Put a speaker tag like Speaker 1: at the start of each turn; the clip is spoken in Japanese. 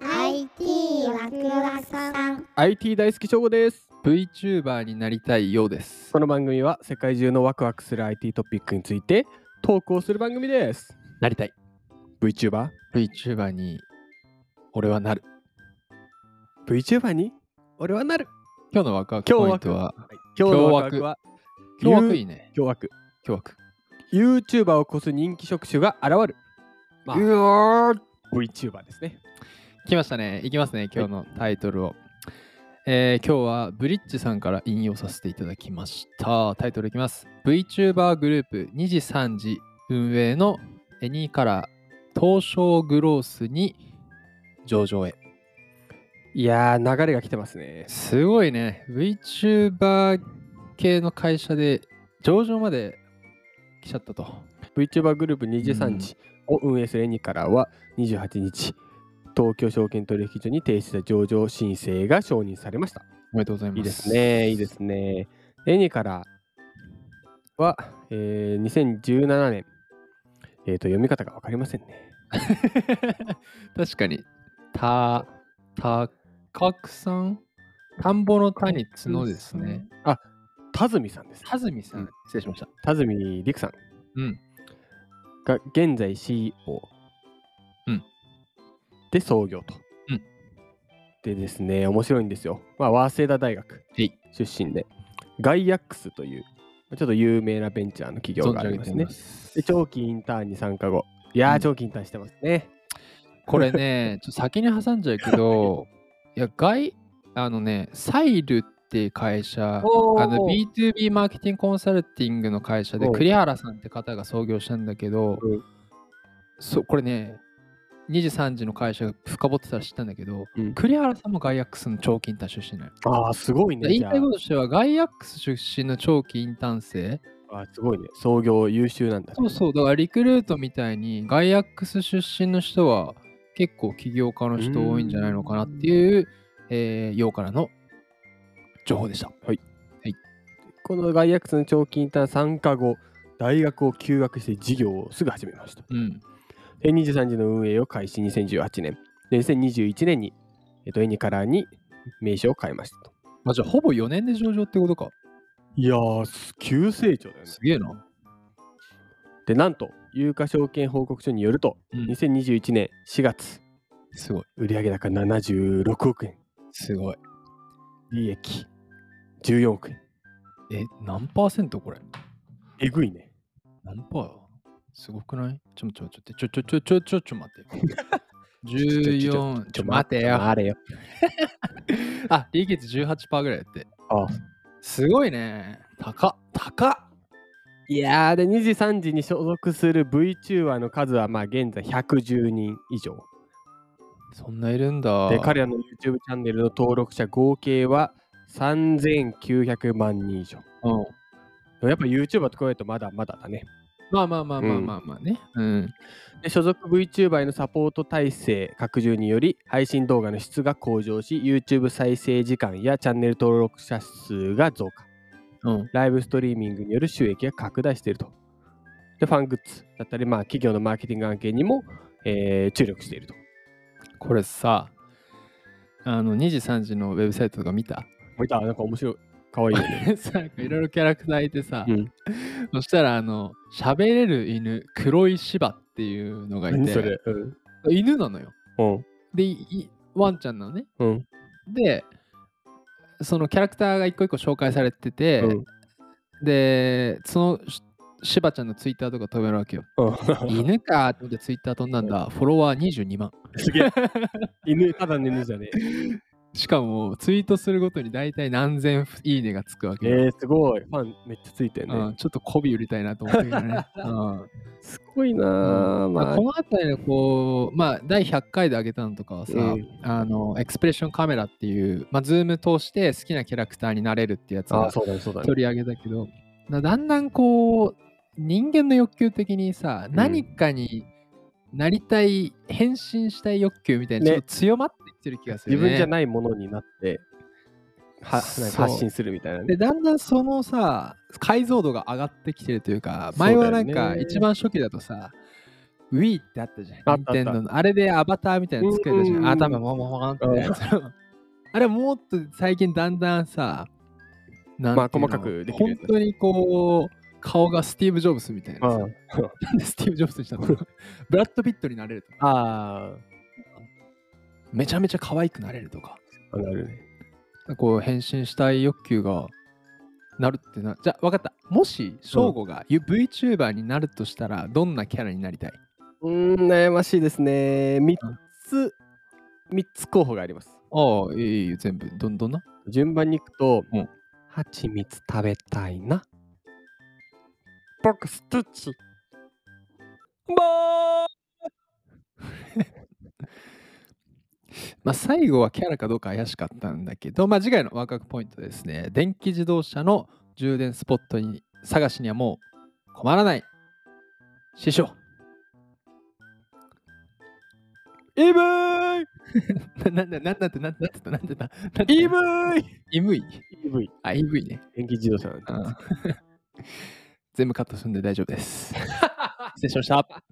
Speaker 1: IT ワクワクさん
Speaker 2: IT 大好き翔吾です。
Speaker 3: VTuber になりたいようです
Speaker 2: こ。の番組は世界中のワクワクする IT トピックについて投稿する番組です。
Speaker 3: なりたい。
Speaker 2: VTuber?VTuber
Speaker 3: VTuber に俺はなる。
Speaker 2: に俺はなる。
Speaker 3: 今日のワクワク
Speaker 2: 今日
Speaker 3: ポイン
Speaker 2: 枠
Speaker 3: トは、
Speaker 2: 今日の
Speaker 3: 凶
Speaker 2: ワ
Speaker 3: 悪
Speaker 2: クワクは
Speaker 3: 凶悪いいね。
Speaker 2: 凶悪。
Speaker 3: 凶悪。
Speaker 2: YouTuber を超す人気職種が現れる。まあ、
Speaker 3: わー
Speaker 2: VTuber ですね。
Speaker 3: 来ましたね。いきますね、今日のタイトルを。えー今日はブリッジさんから引用させていただきました。タイトルいきます。VTuber グループ2時3時運営のエニーカラー東証グロースに上場へ。
Speaker 2: いやー、流れが来てますね。
Speaker 3: すごいね。VTuber 系の会社で上場まで来ちゃったと。
Speaker 2: VTuber グループ23時を運営するエニからは28日、東京証券取引所に提出した上場申請が承認されました。
Speaker 3: おめでとうございます。
Speaker 2: いいですね、いいですね。エニからは、えー2017年、えーと、読み方が分かりませんね。
Speaker 3: 確かに。た、た、かくさん田んぼの田に角ですね。
Speaker 2: あ、田住さんです。
Speaker 3: はずみさ
Speaker 2: うんん、
Speaker 3: 失礼しました。
Speaker 2: 田住陸さん
Speaker 3: うん。
Speaker 2: が現在 CEO、
Speaker 3: うん
Speaker 2: で創業と。
Speaker 3: うん
Speaker 2: でですね、面白いんですよ。まあ、早稲田大学
Speaker 3: えい
Speaker 2: 出身で、ガイアックスという、ちょっと有名なベンチャーの企業がありますね。
Speaker 3: す
Speaker 2: で長期インターンに参加後。いやー、
Speaker 3: うん
Speaker 2: 長期インターンしてますね。
Speaker 3: これね、ちょっと先に挟んじゃうけど、いや、外、あのね、サイルって会社、あの B2B マーケティングコンサルティングの会社で
Speaker 2: うん
Speaker 3: 栗原さんって方が創業したんだけど、
Speaker 2: うん
Speaker 3: そうこれね2時3時の会社が深掘ってたら知ったんだけど、
Speaker 2: うん
Speaker 3: 栗原さんもガイアックスの長期インターン出身なのよ。
Speaker 2: ああ、すごいね。
Speaker 3: 言い
Speaker 2: じゃ
Speaker 3: たいこととしてはガイアックス出身の長期インターン生
Speaker 2: ああー、すごいね。創業優秀なんだ。
Speaker 3: そうそうだからリクルートみたいにガイアックス出身の人は結構起業家の人多いんじゃないのかなっていう、えー、ようからの情報でした。
Speaker 2: このガイアックスの長期インターン参加後、大学を休学して事業をすぐ始めました。
Speaker 3: うん、
Speaker 2: で23時の運営を開始2018年。で、2021年に、えっと、エニカラーに名称を変えましたと。
Speaker 3: まあ、じゃあほぼ4年で上場ってことか。
Speaker 2: いやー、急成長だよね
Speaker 3: す。げえな。
Speaker 2: で、なんと、有価証券報告書によると、
Speaker 3: うん
Speaker 2: 2021年4月、
Speaker 3: すごい。
Speaker 2: 売上高76億円、
Speaker 3: すごい。
Speaker 2: 利益14億円。
Speaker 3: え、何パーセントこれ
Speaker 2: えぐいね。
Speaker 3: 何パーすごくないちょちょちょちょちょちょちょちょちょ待ってよ。14、ちょ待てよ。
Speaker 2: あれよ。
Speaker 3: あ、利益率18%パーぐらいやって。
Speaker 2: あ
Speaker 3: すごいね。高っ。高っ。
Speaker 2: いやーで2時3時に所属する VTuber の数はまあ現在110人以上
Speaker 3: そんないるんだ。
Speaker 2: で彼らの YouTube チャンネルの登録者合計は3900万人以上で
Speaker 3: うん
Speaker 2: もやっぱ YouTuber と比べるとまだまだだね
Speaker 3: まあまあまあまあまあまあね。うん。
Speaker 2: で所属 VTuber へのサポート体制拡充により配信動画の質が向上し YouTube 再生時間やチャンネル登録者数が増加
Speaker 3: うん。
Speaker 2: ライブストリーミングによる収益が拡大していると。で、ファングッズだったり、まあ、企業のマーケティング案件にも、えー注力していると。
Speaker 3: これさ、あの、2時3時のウェブサイトとか見た
Speaker 2: 見たなんか面白い。かわいいよね。
Speaker 3: さなんかいろいろキャラクターいてさ、
Speaker 2: うん
Speaker 3: そしたらあの喋れる犬黒い芝っていうのがい
Speaker 2: 何
Speaker 3: て
Speaker 2: それ。うん。
Speaker 3: 犬なのよ
Speaker 2: うん。
Speaker 3: でいいワンちゃんなのね
Speaker 2: うん。
Speaker 3: でそのキャラクターが一個一個紹介されてて、
Speaker 2: うん
Speaker 3: でそのし芝ちゃんのツイッターとか飛べるわ けよ犬かーって思ってツイッター飛んだんだフォロワー22万
Speaker 2: すげえ。犬、ただの犬じゃね
Speaker 3: しかもツイートするごとに大体何千いいねがつくわ
Speaker 2: え。
Speaker 3: け
Speaker 2: え
Speaker 3: よ、
Speaker 2: ー、すごい。ファンめっちゃついてるね。
Speaker 3: うん、ちょっと媚び売りたいなと思ったけど ね、うん
Speaker 2: すごいなー、ま
Speaker 3: まあ、
Speaker 2: あ
Speaker 3: この辺りのこう、まあ、第100回で挙げたのとかはさ、
Speaker 2: うん
Speaker 3: あのエクスプレッションカメラっていう、まあ、ズーム通して好きなキャラクターになれるってやつ
Speaker 2: あー、
Speaker 3: が
Speaker 2: そうだね、そうだね。
Speaker 3: 取り上げたけどだだんだんこう人間の欲求的にさ
Speaker 2: ん
Speaker 3: 何かになりたい、変身したい欲求みたいな、
Speaker 2: ね
Speaker 3: ちょっと強まってきてる気がする、
Speaker 2: 自
Speaker 3: ね、
Speaker 2: 分じゃないものになって、は
Speaker 3: そう
Speaker 2: なんか発信するみたいなね。
Speaker 3: でだんだんそのさ解像度が上がってきてるというか
Speaker 2: そうだ
Speaker 3: 前
Speaker 2: よね
Speaker 3: はなんか一番初期だとさ Wii ってあったじゃ
Speaker 2: あ
Speaker 3: ん。
Speaker 2: ったあった
Speaker 3: Nintendo のあれでアバターみたいなの作れたじゃ
Speaker 2: うんうん
Speaker 3: ん。
Speaker 2: うん
Speaker 3: 頭ももももってやつ。 あれもっと最近だんだんさ、なんていうの
Speaker 2: まあ細かくできるや
Speaker 3: 本
Speaker 2: つ
Speaker 3: 当にこう、顔がスティーブ・ジョブスみたいなさ。
Speaker 2: うん
Speaker 3: なんでスティーブ・ジョブスにしたの ブラッド・ピットになれるとか、
Speaker 2: あ
Speaker 3: めちゃめちゃ可愛くなれるとか、
Speaker 2: あ、なるね。
Speaker 3: こう変身したい欲求がなるってな。じゃあ分かった。もし、翔吾が VTuber になるとしたら、どんなキャラになりたいう
Speaker 2: ーん、悩ましいですね。3つ、三つ候補があります。
Speaker 3: ああ、いいいいよ、全部。どんどんな
Speaker 2: 順番に行くと
Speaker 3: うん、
Speaker 2: はちみつ食べたいな。僕、スティッチ。も
Speaker 3: まあ、最後はキャラかどうか怪しかったんだけど、まあ、次回のワクワクポイントですね。電気自動車の充電スポットに探しにはもう困らない。師匠。
Speaker 2: うイブイ
Speaker 3: な、な、な、なんだって、なんだって、なんだって、
Speaker 2: イブ
Speaker 3: EV。
Speaker 2: イ !EV。
Speaker 3: あ、EV ね。
Speaker 2: 電気自動車なんで
Speaker 3: うん 全部カットするんで大丈夫です。失礼しました。